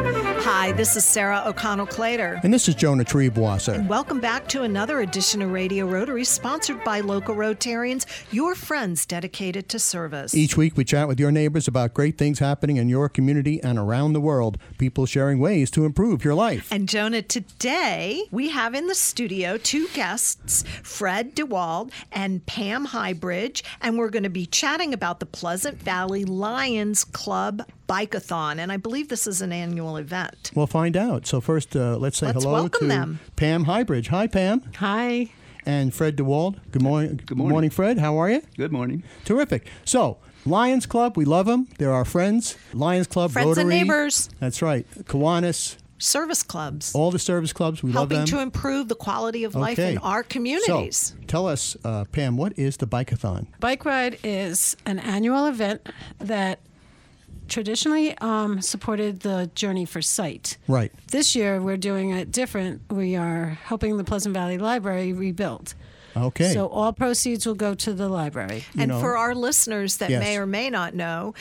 Hi, this is Sarah O'Connell Clater. And this is Jonah Treeboiser. Welcome back to another edition of Radio Rotary, sponsored by local Rotarians, your friends dedicated to service. Each week, we chat with your neighbors about great things happening in your community and around the world, people sharing ways to improve your life. and Jonah, today we have in the studio two guests, Fred DeWald and Pam Highbridge, and we're going to be chatting about the Pleasant Valley Lions Club Bikeathon. And I believe this is an annual event. We'll find out. So, first, uh, let's say Let's hello welcome to them. Pam Highbridge. Hi, Pam. Hi. And Fred DeWald. Good morning. Good morning. Fred. How are you? Good morning. Terrific. So, Lions Club, we love them. They're our friends. Lions Club, Friends and Rotary. neighbors. That's right. Kiwanis, Service clubs. all the service clubs, we Helping Oh, love them. to improve the quality of life okay. in our communities. So, tell us, uh, Pam, what is the bikeathon? Bike Ride is an annual event that traditionally um, supported the Journey for Sight. Right. This year, we're doing it different. We are helping the Pleasant Valley Library rebuild. Okay. So all proceeds will go to the library. And know. for our listeners that Yes. may or may not know,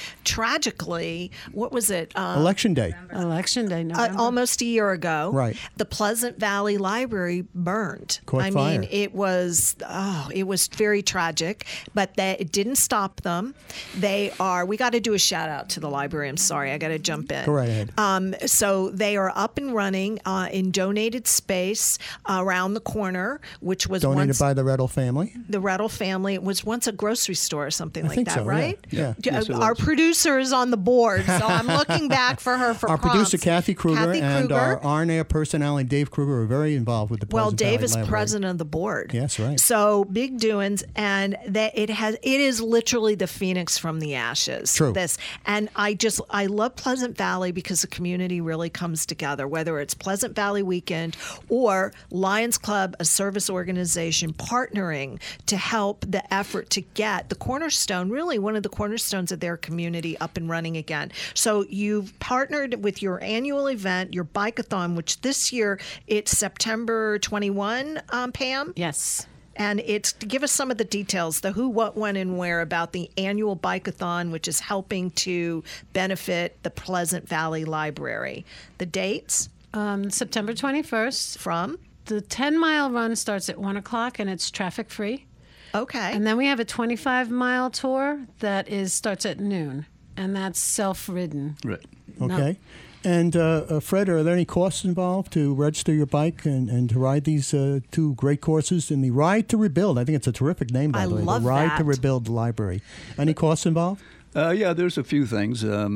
tragically, what was it? Uh, Election Day. Election Day, uh, November. almost a year ago, Right. The Pleasant Valley Library burned. Caught I fire. mean, it was oh, it was very tragic, but that it didn't stop them. They are. We got to do a shout out to the library. I'm sorry, I got to jump in. Go right ahead. Um, so they are up and running uh, in donated space around the corner, which was Donated once by the Rettle family. the Rettle family. It was once a grocery store or something like think that, so, yeah. right? Yeah. D- Yes, it Our was. producer is on the board, so I'm looking back for her for Our prompts. producer Kathy Kruger Kathy and our Kruger. RNA personality Dave Kruger are very involved with the well, Pleasant Dave Valley is Library. president of the board. Yes, right. So big doings, and that it has it is literally the phoenix from the ashes. True. This, and I just I love Pleasant Valley because the community really comes together. Whether it's Pleasant Valley Weekend or Lions Club, a service organization partnering to help the effort to get the cornerstone, really one of the cornerstones of their community, up and running again. So you've partnered with your annual event, your bikeathon, which this year it's September 21, um, Pam. yes. And it's give us some of the details the who, what, when, and where about the annual bikeathon, which is helping to benefit the Pleasant Valley Library. The dates Um, September 21st, from, the 10 mile run starts at 1 o'clock and it's traffic free. okay. And then we have a 25 mile tour that is starts at noon, and that's self ridden. Right. Okay. And uh, uh, Fred, are there any costs involved to register your bike and, and to ride these uh, two great courses in the Ride to Rebuild? I think it's a terrific name, by I the way. love the Ride to that. Rebuild Library. Any costs involved? Uh, yeah, there's a few things. Um,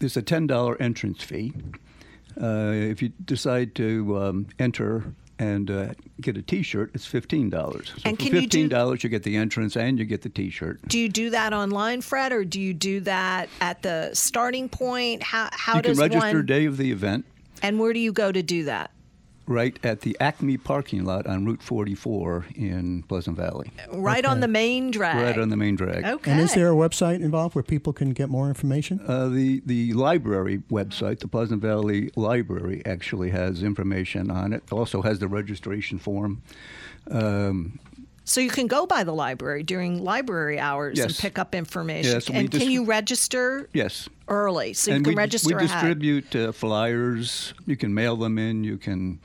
there's a $10 entrance fee. Uh, if you decide to um, enter and uh, get a T-shirt, it's fifteen dollars. So And for can you do- fifteen dollars, you get the entrance and you get the T-shirt. do you do that online, Fred, or do you do that at the starting point? How, how you can does register one, day of the event and where do you go to do that? right at the Acme parking lot on Route 44 in Pleasant Valley, Right on the main drag. right on the main drag. Okay. And is there a website involved where people can get more information? Uh, the the library website, the Pleasant Valley Library, actually has information on it. Also has the registration form. Um, So you can go by the library during library hours and Yes. pick up information. Yes, we and can dis- you register yes, early? So you and can we, register we ahead. distribute uh, flyers. You can mail them in. You can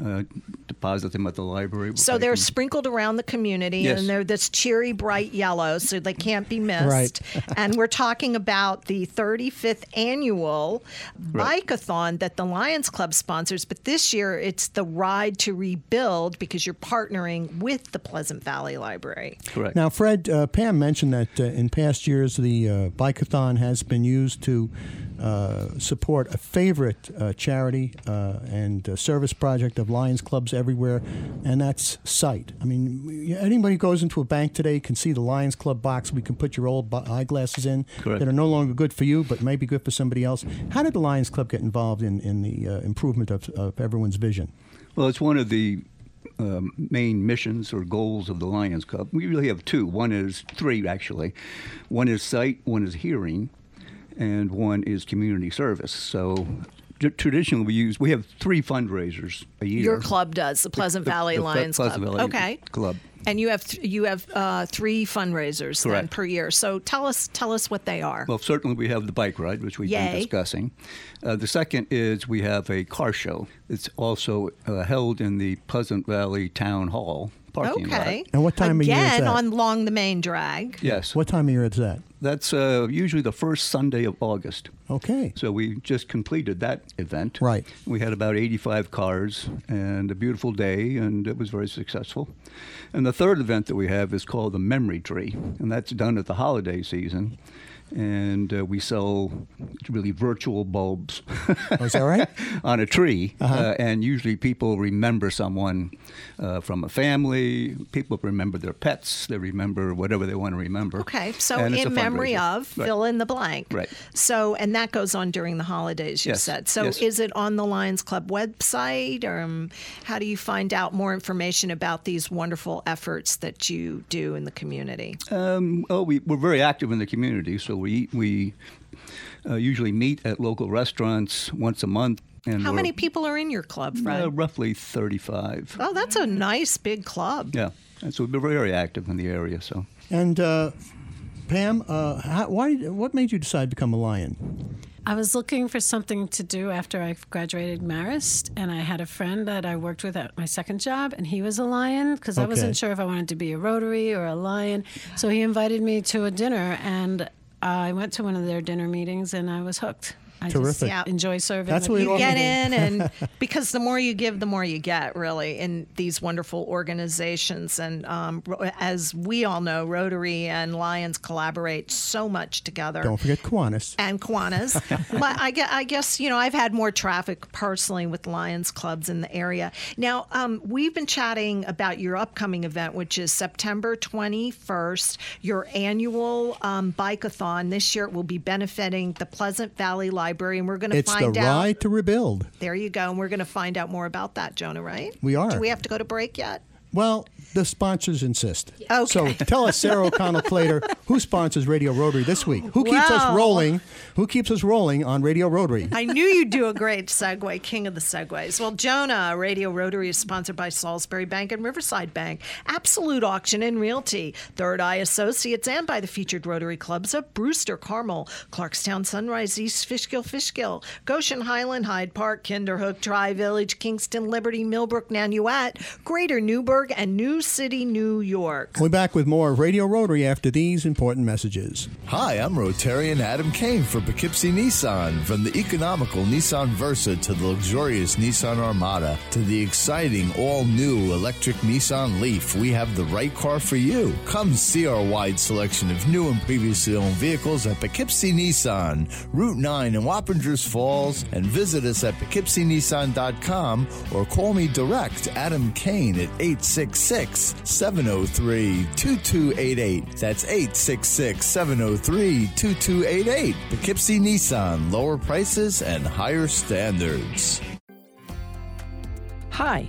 uh, deposit them at the library. We'll So take they're them. sprinkled around the community, Yes. and they're this cheery, bright yellow, so they can't be missed. and we're talking about the 35th annual Right. bikeathon that the Lions Club sponsors, but this year it's the Ride to Rebuild because you're partnering with the Pleasant Valley Library. correct. Now, Fred, uh, Pam mentioned that uh, in past years the uh, Bikeathon has been used to uh, support a favorite uh, charity uh, and uh, service project of Lions clubs everywhere, and that's Sight. I mean, anybody who goes into a bank today can see the Lions Club box. We can put your old bu- eyeglasses in Correct. that are no longer good for you, but maybe good for somebody else. How did the Lions Club get involved in, in the uh, improvement of, of everyone's vision? Well, it's one of the um, main missions or goals of the Lions Club. We really have two. One is three, actually. One is sight, one is hearing, and one is community service. So tr- traditionally, we use we have three fundraisers a year. Your club does, the Pleasant The- Valley the Ple- Lions Pleasant Club. Valley okay. Club. And you have th- you have uh, three fundraisers then Correct. per year. So tell us tell us what they are. Well, certainly we have the bike ride, which we've Yay. been discussing. Uh, the second is we have a car show. It's also uh, held in the Pleasant Valley Town Hall parking lot. okay. And what time of year Again, is that? on Long the Main Drag. Yes, What time of year is that? that's uh, usually the first Sunday of August. Okay. So we just completed that event. Right. We had about 85 cars and a beautiful day, and it was very successful. And the third event that we have is called the Memory Tree, and that's done at the holiday season. And uh, we sell really virtual bulbs Oh, is that right? on a tree, Uh-huh. uh, and usually people remember someone uh, from a family. People remember their pets. They remember whatever they want to remember. Okay, so And it's a in memory fundraiser. of Right. fill in the blank. Right. So and that goes on during the holidays. You Yes, said so. yes. Is it on the Lions Club website, or um, how do you find out more information about these wonderful efforts that you do in the community? Um, oh, we, we're very active in the community, so we eat, we uh, usually meet at local restaurants once a month. And how we're, many people are in your club, Fred? Uh, roughly thirty-five. oh, that's a nice big club. Yeah, and so we're very active in the area. So And uh, Pam, uh, how, why? did- What made you decide to become a lion? I was looking for something to do after I graduated Marist, and I had a friend that I worked with at my second job, and he was a lion because I Okay. wasn't sure if I wanted to be a Rotary or a lion. So he invited me to a dinner, and I went to one of their dinner meetings, and I was hooked. I Terrific. Just Yeah. Enjoy serving. That's the what it people. ought to get in and because the more you give the more you get really in these wonderful organizations and um, ro- as we all know rotary and lions collaborate so much together Don't forget Kiwanis. and Kiwanis. but I, gue- I guess, you know, I've had more traffic personally with Lions clubs in the area. Now, um, we've been chatting about your upcoming event, which is September 21st, your annual um, bikeathon. This year it will be benefiting the Pleasant Valley Library, and we're going to It's the find out. ride to rebuild. There you go. And we're going to find out more about that, Jonah, right? We are. Do we have to go to break yet? Well, the sponsors insist. Okay. So tell us, Sarah O'Connell Plater, who sponsors Radio Rotary this week? Who keeps Wow. us rolling? Who keeps us rolling on Radio Rotary? I knew you'd do a great segue, king of the segues. Well, Jonah, Radio Rotary is sponsored by Salisbury Bank and Riverside Bank, Absolute Auction and Realty, Third Eye Associates, and by the featured Rotary clubs of Brewster, Carmel, Clarkstown, Sunrise, East Fishkill, Fishkill, Goshen Highland, Hyde Park, Kinderhook, Tri Village, Kingston, Liberty, Millbrook, Nanuet, Greater Newburgh, and New City, New York. We'll be back with more of Radio Rotary after these important messages. Hi, I'm Rotarian Adam Kane for Poughkeepsie Nissan. From the economical Nissan Versa to the luxurious Nissan Armada to the exciting all new electric Nissan Leaf, we have the right car for you. Come see our wide selection of new and previously owned vehicles at Poughkeepsie Nissan, Route 9 in Wappingers Falls, and visit us at poughkeepsienissan.com or call me direct, Adam Kane, at 866 703 2288. That's 866 703 2288. Poughkeepsie Nissan, lower prices and higher standards. Hi,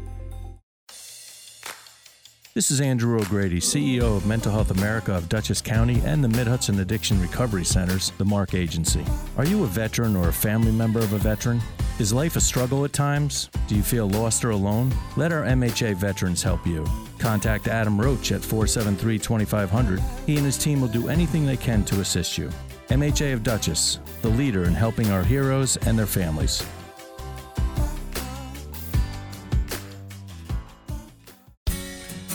This is Andrew O'Grady, CEO of Mental Health America of Dutchess County and the Mid Hudson Addiction Recovery Center's The Mark Agency. Are you a veteran or a family member of a veteran? Is life a struggle at times? Do you feel lost or alone? Let our MHA veterans help you. Contact Adam Roach at 473 2500. He and his team will do anything they can to assist you. MHA of Dutchess, the leader in helping our heroes and their families.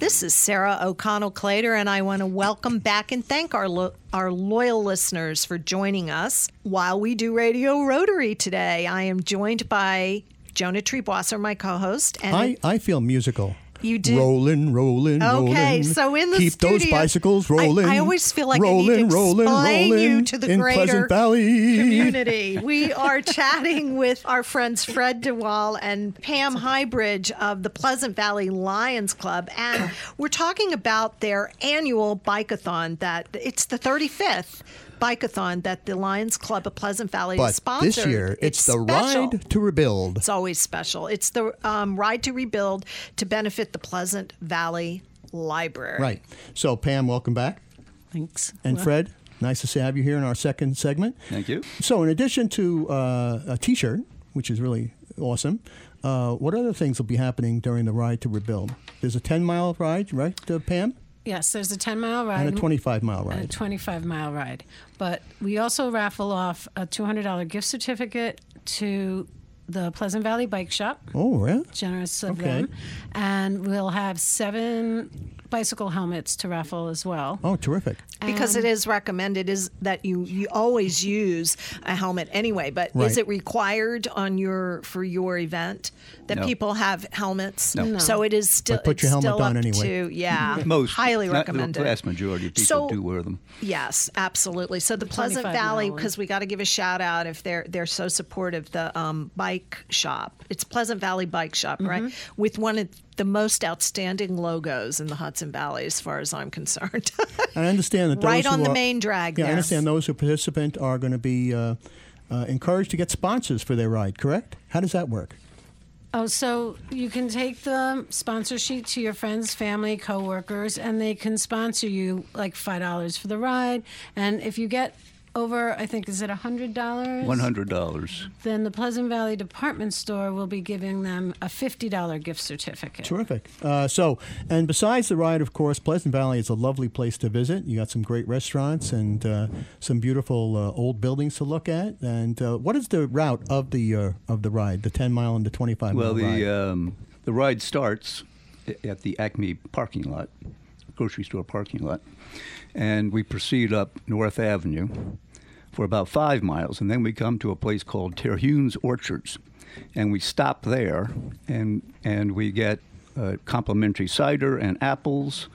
This is Sarah O'Connell Clater, and I want to welcome back and thank our lo- our loyal listeners for joining us while we do Radio Rotary today. I am joined by Jonah Treebwasser, my co-host, and I, I feel musical. You do? Rolling, rolling, rolling. Okay, so in the Keep those studio- bicycles I- rolling. I always feel like I need to rolling, rolling, explain rolling you to the in greater Pleasant Valley. community. We are chatting with our friends Fred DeWall and Pam Highbridge of the Pleasant Valley Lions Club, and we're talking about their annual bikeathon. That it's the 35th bikeathon that the Lions Club of Pleasant Valley But is sponsored. this year, it's, the special. ride to rebuild. It's always special. It's the um, ride to rebuild to benefit the Pleasant Valley Library. Right. So, Pam, welcome back. Thanks. And Well, Fred, nice to have you here in our second segment. Thank you. So, in addition to uh, a t shirt, which is really awesome, uh, what other things will be happening during the ride to rebuild? There's a 10 mile ride, right, uh, Pam? Yes, there's a 10 mile ride. And a 25 mile and a ride. 25 mile ride. But we also raffle off a $200 gift certificate to the Pleasant Valley Bike Shop. Oh, yeah. Generous of Okay. them. And we'll have seven bicycle helmets to raffle as well. Oh, terrific. Because it Um, is recommended is that you, you always use a helmet anyway, but Right. is it required on your for your event that No. people have helmets? No. No. So it is still But put it's your helmet still on up anyway. To, yeah. Most highly not recommended. The vast majority of people So- do wear them. Yes, absolutely. So the Pleasant 25 Valley, mile one. because we got to give a shout out if they're they're so supportive. The um, bike shop, it's Pleasant Valley Bike Shop, right? With one of the most outstanding logos in the Hudson Valley, as far as I'm concerned. And I understand that those Right on who the are- main drag Yeah, I there. understand those who participate are going to be uh, uh, encouraged to get sponsors for their ride. Correct? How does that work? Oh, so you can take the sponsor sheet to your friends, family, coworkers, and they can sponsor you like five dollars for the ride. And if you get over, I think is it a hundred dollars? One hundred dollars. Then the Pleasant Valley Department Store will be giving them a fifty dollar gift certificate. Terrific. Uh, so, and besides the ride, of course, Pleasant Valley is a lovely place to visit. You got some great restaurants and uh, some beautiful uh, old buildings to look at. And uh, what is the route of the uh, of the ride? The ten mile and the twenty five Well, mile ride. the um, the ride starts a- at the Acme parking lot, grocery store parking lot, and we proceed up North Avenue for about five miles, and then we come to a place called Terhune's Orchards, and we stop there, and and we get uh, complimentary cider and apples,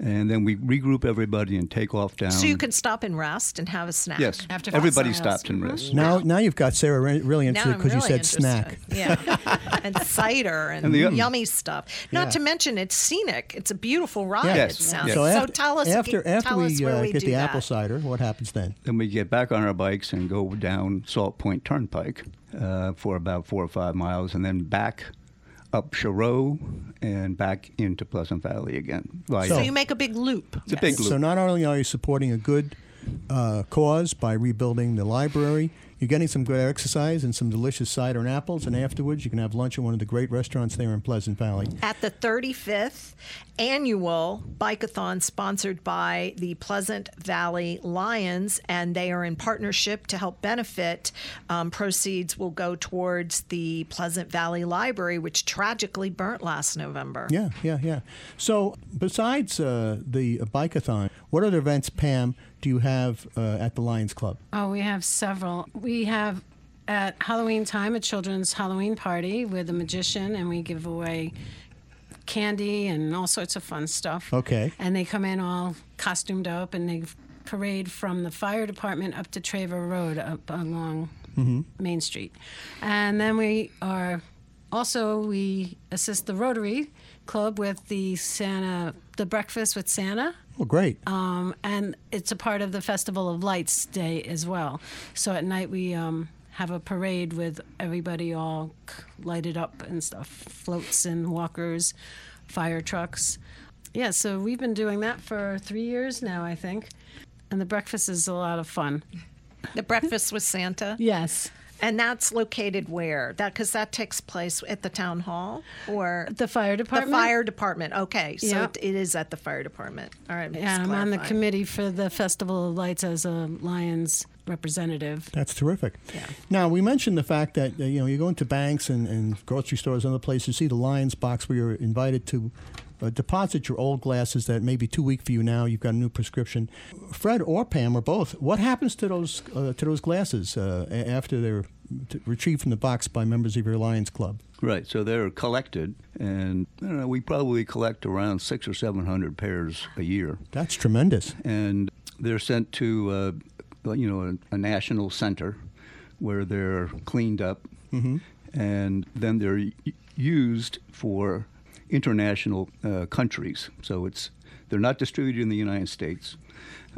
and then we regroup everybody and take off down. so you can stop and rest and have a snack. Um, yes, After five everybody miles. stopped Mm-hmm. and rests. now, now you've got Sarah re- really Now interested I'm because really you said interested. snack. Yeah. and cider and, And the- yummy stuff. Not Yeah. to mention it's scenic. It's a beautiful ride, Yes. it sounds. Yes. So, after, tell us after tell after us we, where uh, we get do the that. apple cider, what happens then? Then we get back on our bikes and go down Salt Point Turnpike uh, for about four or five miles, and then back up Chereau and back into Pleasant Valley again. Like, So you make a big loop. it's a big loop. So not only are you supporting a good uh, cause by rebuilding the library, you're getting some good exercise and some delicious cider and apples, and afterwards you can have lunch at one of the great restaurants there in Pleasant Valley. at the 35th annual bikeathon sponsored by the Pleasant Valley Lions, and they are in partnership to help benefit. Um, proceeds will go towards the Pleasant Valley Library, which tragically burnt last November. Yeah, yeah, yeah. So besides uh, the bikeathon, what other events, Pam, do you have uh, at the Lions Club? Oh, we have several. We have at Halloween time a children's Halloween party with a magician, and we give away candy and all sorts of fun stuff. Okay. And they come in all costumed up, and they parade from the fire department up to Traver Road up along Main Street, and then we are also we assist the Rotary Club with the Santa the breakfast with Santa. Well, great. Um, and it's a part of the Festival of Lights Day as well. So at night we um, have a parade with everybody all k- lighted up and stuff, floats and walkers, fire trucks. Yeah, so we've been doing that for three years now, I think. And the breakfast is a lot of fun. The breakfast with Santa, Yes. and that's located where that because that takes place at the town hall or The fire the department. fire department. Okay, so Yeah. it, it is at the fire department. All right, just Yeah, I'm on the clarifying. committee for the Festival of Lights as a Lions representative. That's terrific. Now we mentioned the fact that uh, you know you go into banks and, and grocery stores and other places, you see the Lions box where you're invited to uh, deposit your old glasses that may be too weak for you now. You've got a new prescription. Fred or Pam or both. What happens to those uh, to those glasses uh, a- after they're t- retrieved from the box by members of your Lions Club? Right, so they're collected, and I don't know, we probably collect around six or seven hundred pairs a year, That's tremendous. and they're sent to uh, you know a, a national center where they're cleaned up, and then they're u- used for international uh, countries. So it's they're not distributed in the United States,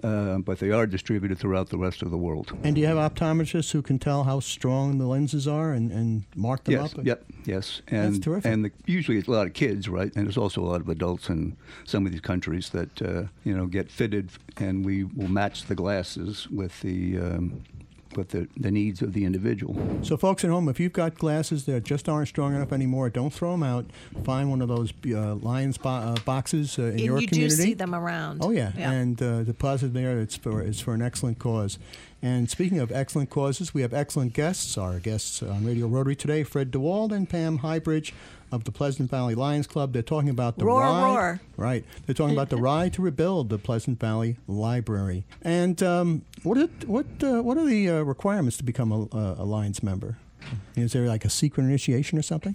uh, but they are distributed throughout the rest of the world. And do you have optometrists who can tell how strong the lenses are and, and mark them Yes. up? Yep. Yes. And terrific. and the, usually it's a lot of kids, right? And there's also a lot of adults in some of these countries that uh, you know get fitted, and we will match the glasses with the um, with the, the needs of the individual. So, folks at home, if you've got glasses that just aren't strong enough anymore, don't throw them out. Find one of those uh, Lions bo- uh, boxes uh, in And your you do community. see them around. Oh yeah, Yeah. and uh, deposit there. It's for it's for an excellent cause. And speaking of excellent causes, we have excellent guests. Our guests on Radio Rotary today: Fred DeWald and Pam Highbridge of the Pleasant Valley Lions Club. They're talking about the Roar, ride. roar. Right. They're talking about the ride to rebuild the Pleasant Valley Library. And um, what are, what uh, what are the uh, requirements to become a, a Lions member? Is there like a secret initiation or something?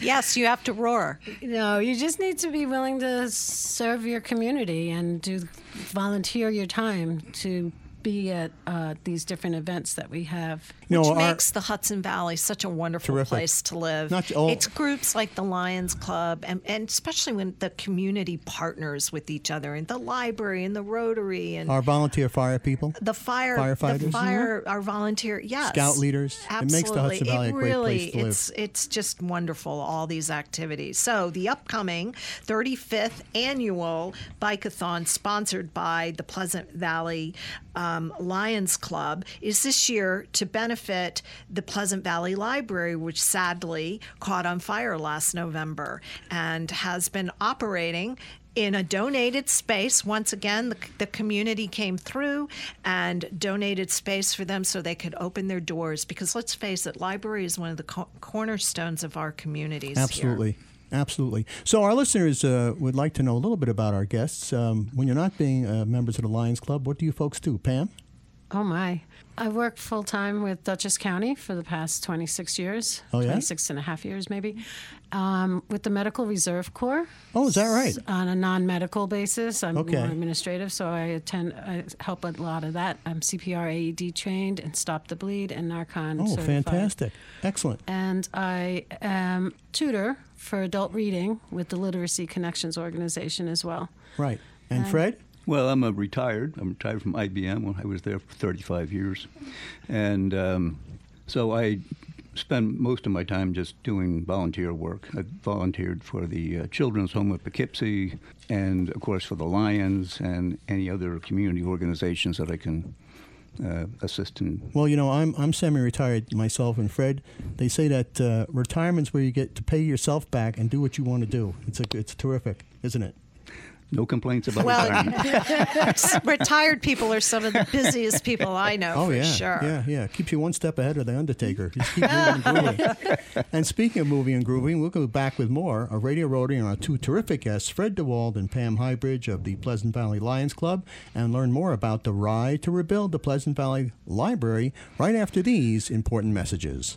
Yes, you have to roar. No, you just need to be willing to serve your community and do volunteer your time to be at uh, these different events that we have. No, Which our- makes the Hudson Valley such a wonderful Terrific. place to live. Not all- it's groups like the Lions Club, and, and especially when the community partners with each other, and the library, and the Rotary, and our volunteer fire people. the fire firefighters. the fire, our volunteer, yes, Scout leaders. It Absolutely, makes the Hudson Valley It a great really, place to live. it's it's just wonderful all these activities. So the upcoming 35th annual bikeathon, sponsored by the Pleasant Valley um, Lions Club, is this year to benefit the Pleasant Valley Library, which sadly caught on fire last November and has been operating in a donated space. Once again, the, the community came through and donated space for them so they could open their doors. Because let's face it, library is one of the co- cornerstones of our communities. here. Absolutely. Absolutely. So, our listeners uh, would like to know a little bit about our guests. Um, when you're not being uh, members of the Lions Club, what do you folks do? Pam? Oh my. I worked full time with Dutchess County for the past 26 years. Oh, yeah? 26 and a half years, maybe. Um, with the Medical Reserve Corps. Oh, is that right? On a non medical basis. I'm Okay. more administrative, so I attend, I help a lot of that. I'm CPR AED E trained and Stop the Bleed and Narcan. Oh, certified. fantastic. Excellent. And I am tutor for adult reading with the Literacy Connections Organization as well. Right. And Fred? Well, I'm a retired. I'm retired from IBM. Well, I was there for 35 years, and um, so I spend most of my time just doing volunteer work. I volunteered for the uh, Children's Home of Poughkeepsie, and of course for the Lions and any other community organizations that I can uh, assist in. Well, you know, I'm, I'm semi retired myself, and Fred, they say that uh, retirement's where you get to pay yourself back and do what you want to do. It's, a, it's terrific, isn't it? No complaints about Well, retirement. Retired people are some of the busiest people I know Oh for yeah, sure. yeah, yeah. Keeps you one step ahead of the Undertaker. Just keep moving and grooving. And speaking of moving and grooving, we'll go back with more of Radio Rotary and our two terrific guests, Fred DeWald and Pam Highbridge of the Pleasant Valley Lions Club, and learn more about the ride to rebuild the Pleasant Valley Library right after these important messages.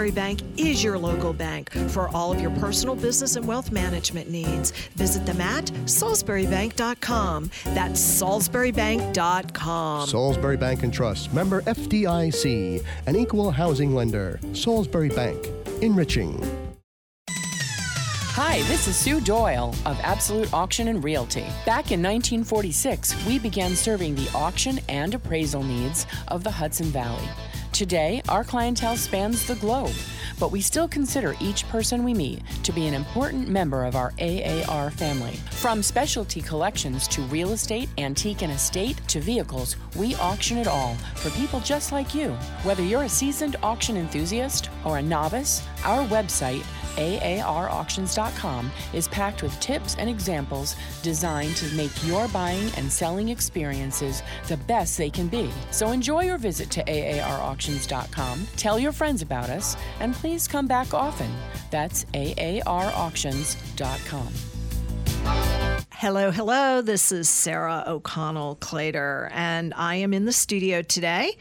Bank is your local bank for all of your personal business and wealth management needs. Visit them at salisburybank.com. That's Um, salisburybank.com. Salisbury Bank and Trust, member FDIC, an equal housing lender. Salisbury Bank, enriching. Hi, this is Sue Doyle of Absolute Auction and Realty. Back in 1946, we began serving the auction and appraisal needs of the Hudson Valley. Today, our clientele spans the globe, but we still consider each person we meet to be an important member of our AAR family. From specialty collections to real estate, antique, and estate to vehicles, we auction it all for people just like you. Whether you're a seasoned auction enthusiast or a novice, our website, AARauctions.com is packed with tips and examples designed to make your buying and selling experiences the best they can be. So enjoy your visit to AARauctions.com, tell your friends about us, and please come back often. That's AARauctions.com. Hello, hello. This is Sarah O'Connell Clater, and I am in the studio today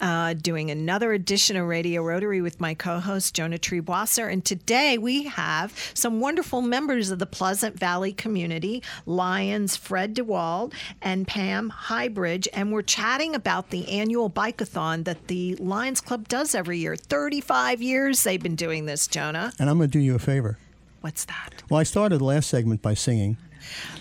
uh, doing another edition of Radio Rotary with my co host, Jonah Treewasser. And today we have some wonderful members of the Pleasant Valley community Lions, Fred DeWald, and Pam Highbridge. And we're chatting about the annual bikeathon that the Lions Club does every year. 35 years they've been doing this, Jonah. And I'm going to do you a favor. What's that? Well, I started the last segment by singing.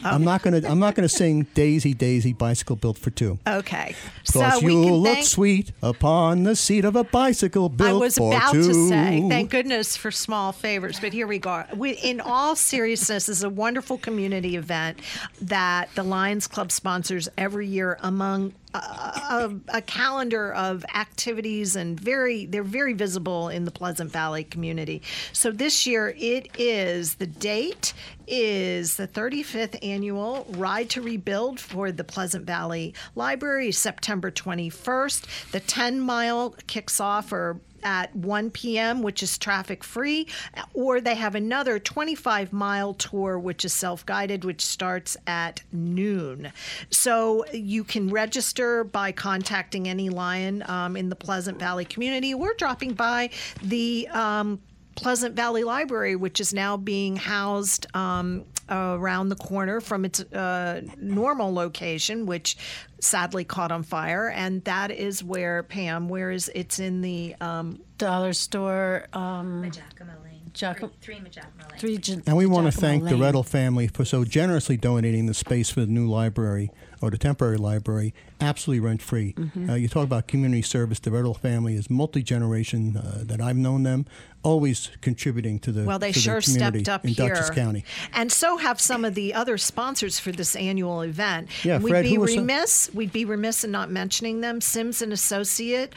Oh. I'm not gonna. I'm not gonna sing "Daisy, Daisy, Bicycle Built for Two. Okay. Because we you can look thank- sweet upon the seat of a bicycle built I was for about two. to say, thank goodness for small favors, but here we go. We, in all seriousness, this is a wonderful community event that the Lions Club sponsors every year among a, a, a calendar of activities and very they're very visible in the Pleasant Valley community. So this year it is the date is the 35th annual Ride to Rebuild for the Pleasant Valley Library, September 21st. The 10 mile kicks off or at 1 p.m., which is traffic free, or they have another 25 mile tour, which is self guided, which starts at noon. So you can register by contacting any lion um, in the Pleasant Valley community or dropping by the um, Pleasant Valley Library, which is now being housed um, around the corner from its uh, normal location, which sadly caught on fire. And that is where, Pam, where is it's in the. Um, Dollar store, um, Majacoma Lane. Giacomo- Three, three Majacoma Lane. three. Gi- And we want to Giacomo thank the Lane. Rettel family for so generously donating the space for the new library or the temporary library, absolutely rent free. Mm-hmm. Uh, you talk about community service. The Rettel family is multi generation uh, that I've known them, always contributing to the well, they to the sure community stepped up in here, Dutchess County. and so have some of the other sponsors for this annual event. Yeah, And we'd Fred, be who were some- remiss. We'd be remiss in not mentioning them. Sims and Associate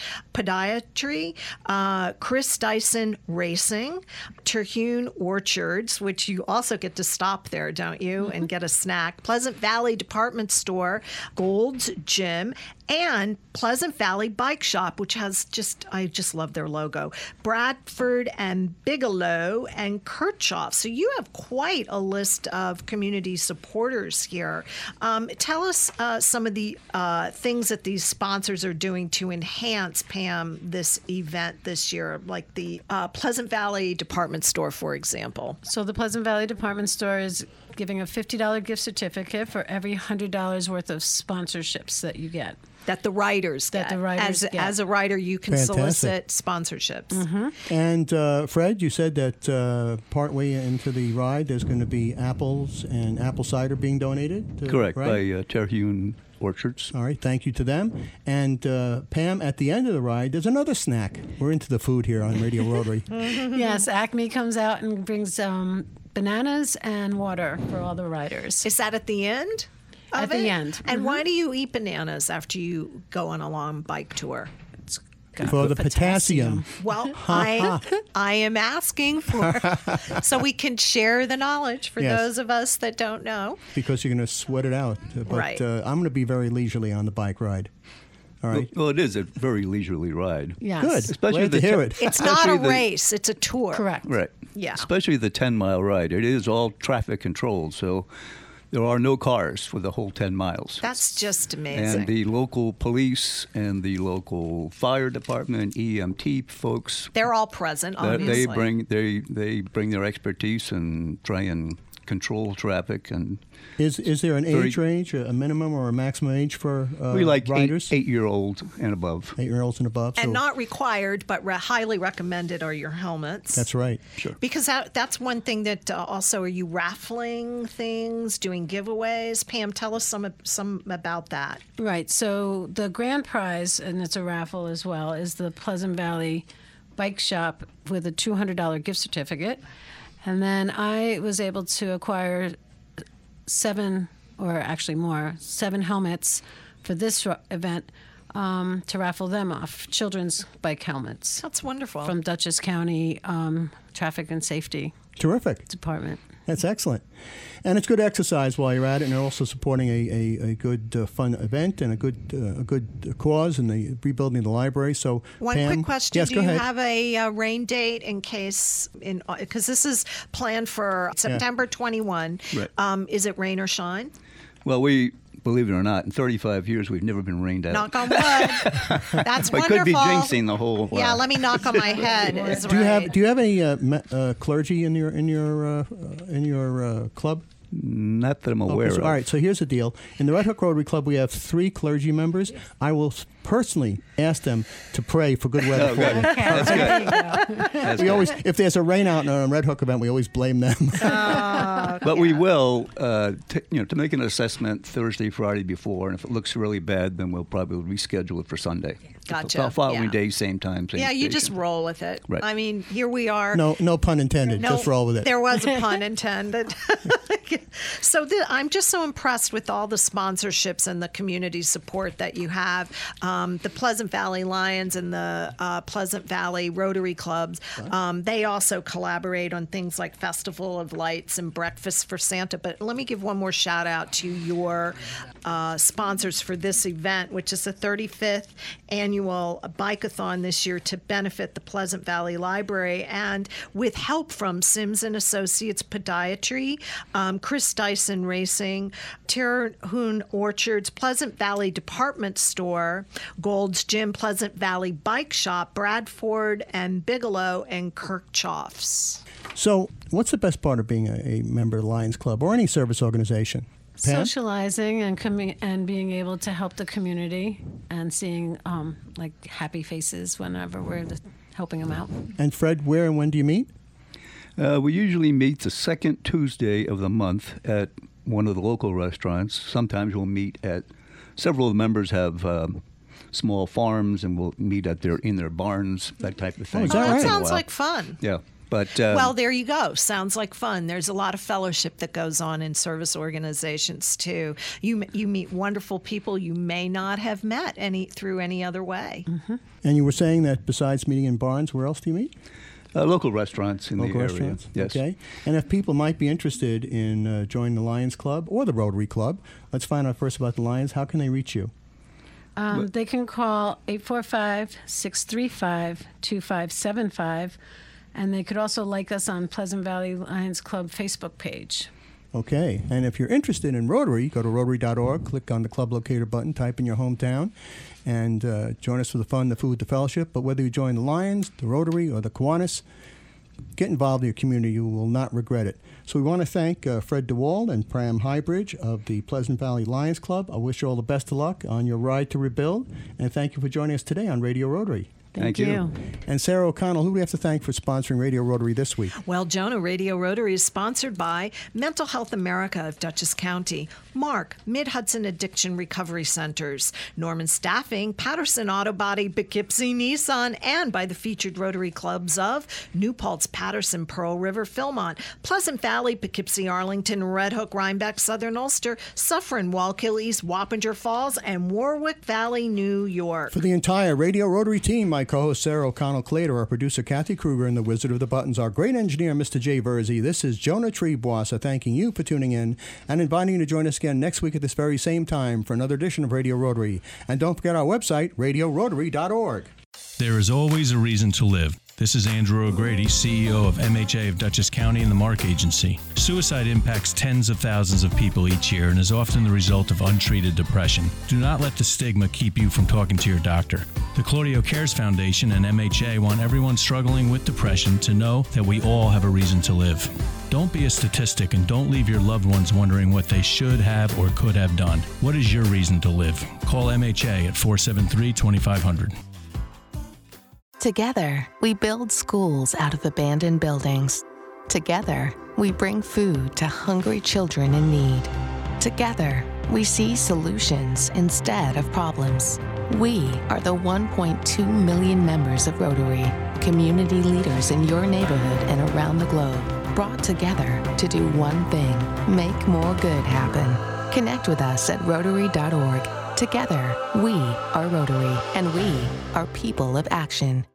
Podiatry, uh, Chris Dyson Racing, Terhune Orchards, which you also get to stop there, don't you, Mm-hmm. and get a snack. Pleasant Valley Department Store, Gold's Gym, and Pleasant Valley Bike Shop, which has just I just love their logo. Bradford and Bigelow and Kirchhoff. So you have quite a list of community supporters here. Um, tell us uh, some of the uh, things that these sponsors are doing to enhance Pam this event this year, like the uh, Pleasant Valley Department Store, for example. So the Pleasant Valley Department Store is giving a $50 gift certificate for every $100 worth of sponsorships that you get. That the writers That get. the as, writers get. Mm-hmm. as a writer, you can solicit Fantastic. sponsorships. And uh, Fred, you said that uh, partway into the ride, there's going to be apples and apple cider being donated. uh, Correct, right? by uh, Terhune Orchards. All right, thank you to them. And uh, Pam, at the end of the ride, there's another snack. We're into the food here on Radio Rotary. Yes, Acme comes out and brings um, bananas and water for all the riders. Is that at the end? At of the it? end. And why do you eat bananas after you go on a long bike tour? For the potassium. Well, I I am asking for so we can share the knowledge for Yes. those of us that don't know. because you're going to sweat it out. But Right. uh, I'm going to be very leisurely on the bike ride. All right. Well, it is a very leisurely ride. Yes. Good. Especially Glad the to hear te- it. It's not a Especially the- race, it's a tour. Correct. Right. Yeah. Especially the 10 mile ride. It is all traffic controlled, so there are no cars for the whole 10 miles. That's just amazing. and the local police and the local fire department, EMT folks, They're all present, that obviously. they bring they they bring their expertise and try and control traffic and Is is there an Very- age range, a minimum or a maximum age for uh, we like riders? eight, eight year old and above. year olds and above. so and not required, but re- highly recommended are your helmets. that's right. Because that, that's one thing that uh, also are you raffling things, doing giveaways? Pam, tell us some some about that. Right. So the grand prize, and it's a raffle as well, is the Pleasant Valley bike shop with a $200 gift certificate. And then I was able to acquire seven, or actually more, seven helmets for this ro- event um, to raffle them off children's bike helmets That's wonderful. from Dutchess County um, Traffic and Safety Terrific. Department. That's excellent. And it's good exercise while you're at it, and you're also supporting a, a, a good, uh, fun event and a good uh, a good cause in the rebuilding the library. So, One Pam- quick question: Yes, Do go you ahead. have a uh, rain date in case in because this is planned for September twenty one? Right. Um, is it rain or shine? Well, we believe it or not, in 35 years we've never been rained out. Knock on wood. That's I wonderful. could be jinxing the whole. uh, Yeah, let me knock on my head. is do you right. have do you have any uh, ma- uh, clergy in your in your uh, uh, in your uh, club? Not that I'm Okay, aware so- of. all right, so here's the deal. In the Red Hook Rotary Club, we have three clergy members. I will s- personally ask them to pray for good weather Oh, for you. good. That's good. That's We good. always, if there's a rain out on a Red Hook event, we always blame them. But we will, uh, t- you know, to make an assessment Thursday, Friday before, and if it looks really bad, then we'll probably reschedule it for Sunday. Gotcha, The following yeah. day, same time, same Yeah, you just station. roll with it. Right. I mean, here we are. no, no pun intended. No, Just roll with it. There was a pun intended. so th- I'm just so impressed with all the sponsorships and the community support that you have. Um, the Pleasant Valley Lions and the uh, Pleasant Valley Rotary Clubs, um, they also collaborate on things like Festival of Lights and Breakfast for Santa. But let me give one more shout out to your uh, sponsors for this event, which is the 35th annual bikeathon this year to benefit the Pleasant Valley Library and with help from Sims and Associates Podiatry, um, Chris Dyson Racing, Terhune Orchards, Pleasant Valley Department Store, Gold's Gym, Pleasant Valley Bike Shop, Bradford and Bigelow, and Kirkchoffs. So, what's the best part of being a, a member of the Lions Club or any service organization? Pam? socializing and coming and being able to help the community and seeing um, like happy faces whenever we're the, helping them out. And Fred, where and when do you meet? Uh, we usually meet the second Tuesday of the month at one of the local restaurants. Sometimes we'll meet at several of the members have um, small farms, and we'll meet at their in their barns, that type of thing. Oh, is that Once right? in a Oh, That sounds while. like fun. yeah. But um, Well, there you go. Sounds like fun. There's a lot of fellowship that goes on in service organizations too. You you meet wonderful people you may not have met any through any other way. And you were saying that besides meeting in Barnes, where else do you meet? uh, local restaurants in the Local area. restaurants. Yes. Okay. And if people might be interested in uh, joining the Lions Club or the Rotary Club, let's find out first about the Lions. How can they reach you? Um, they can call 845-635-2575 and they could also like us on Pleasant Valley Lions Club Facebook page. Okay. And if you're interested in Rotary, go to rotary.org, click on the club locator button, type in your hometown, and uh, join us for the fun, the food, the fellowship. But whether you join the Lions, the Rotary, or the Kiwanis, get involved in your community. You will not regret it. So we want to thank uh, Fred DeWald and Pram Highbridge of the Pleasant Valley Lions Club. I wish you all the best of luck on your ride to rebuild, and thank you for joining us today on Radio Rotary. Thank you. And Sarah O'Connell, who do we have to thank for sponsoring Radio Rotary this week? Well, Jonah Radio Rotary is sponsored by Mental Health America of Dutchess County, Mark, Mid Hudson Addiction Recovery Centers, Norman Staffing, Patterson Auto Body, Poughkeepsie Nissan, and by the featured Rotary Clubs of New Paltz, Patterson, Pearl River, Philmont, Pleasant Valley, Poughkeepsie, Arlington, Red Hook, Rhinebeck, Southern Ulster, Suffren, Wallkill East, Wappinger Falls, and Warwick Valley, New York. For the entire Radio Rotary team, my co host Sarah O'Connell Clater, our producer Kathy Kruger, and the Wizard of the Buttons, our great engineer Mr. Jay Verzi, this is Jonah Treeboisa thanking you for tuning in and inviting you to join us again next week at this very same time for another edition of Radio Rotary. And don't forget our website, radiorotary.org. There is always a reason to live. This is Andrew O'Grady, CEO of MHA of Dutchess County and the Mark Agency. Suicide impacts tens of thousands of people each year and is often the result of untreated depression. Do not let the stigma keep you from talking to your doctor. The Claudio Cares Foundation and MHA want everyone struggling with depression to know that we all have a reason to live. Don't be a statistic and don't leave your loved ones wondering what they should have or could have done. What is your reason to live? Call MHA at 473 2500. Together, we build schools out of abandoned buildings. Together, we bring food to hungry children in need. Together, we see solutions instead of problems. We are the 1.2 million members of Rotary, community leaders in your neighborhood and around the globe, brought together to do one thing make more good happen. Connect with us at Rotary.org. Together, we are Rotary, and we are people of action.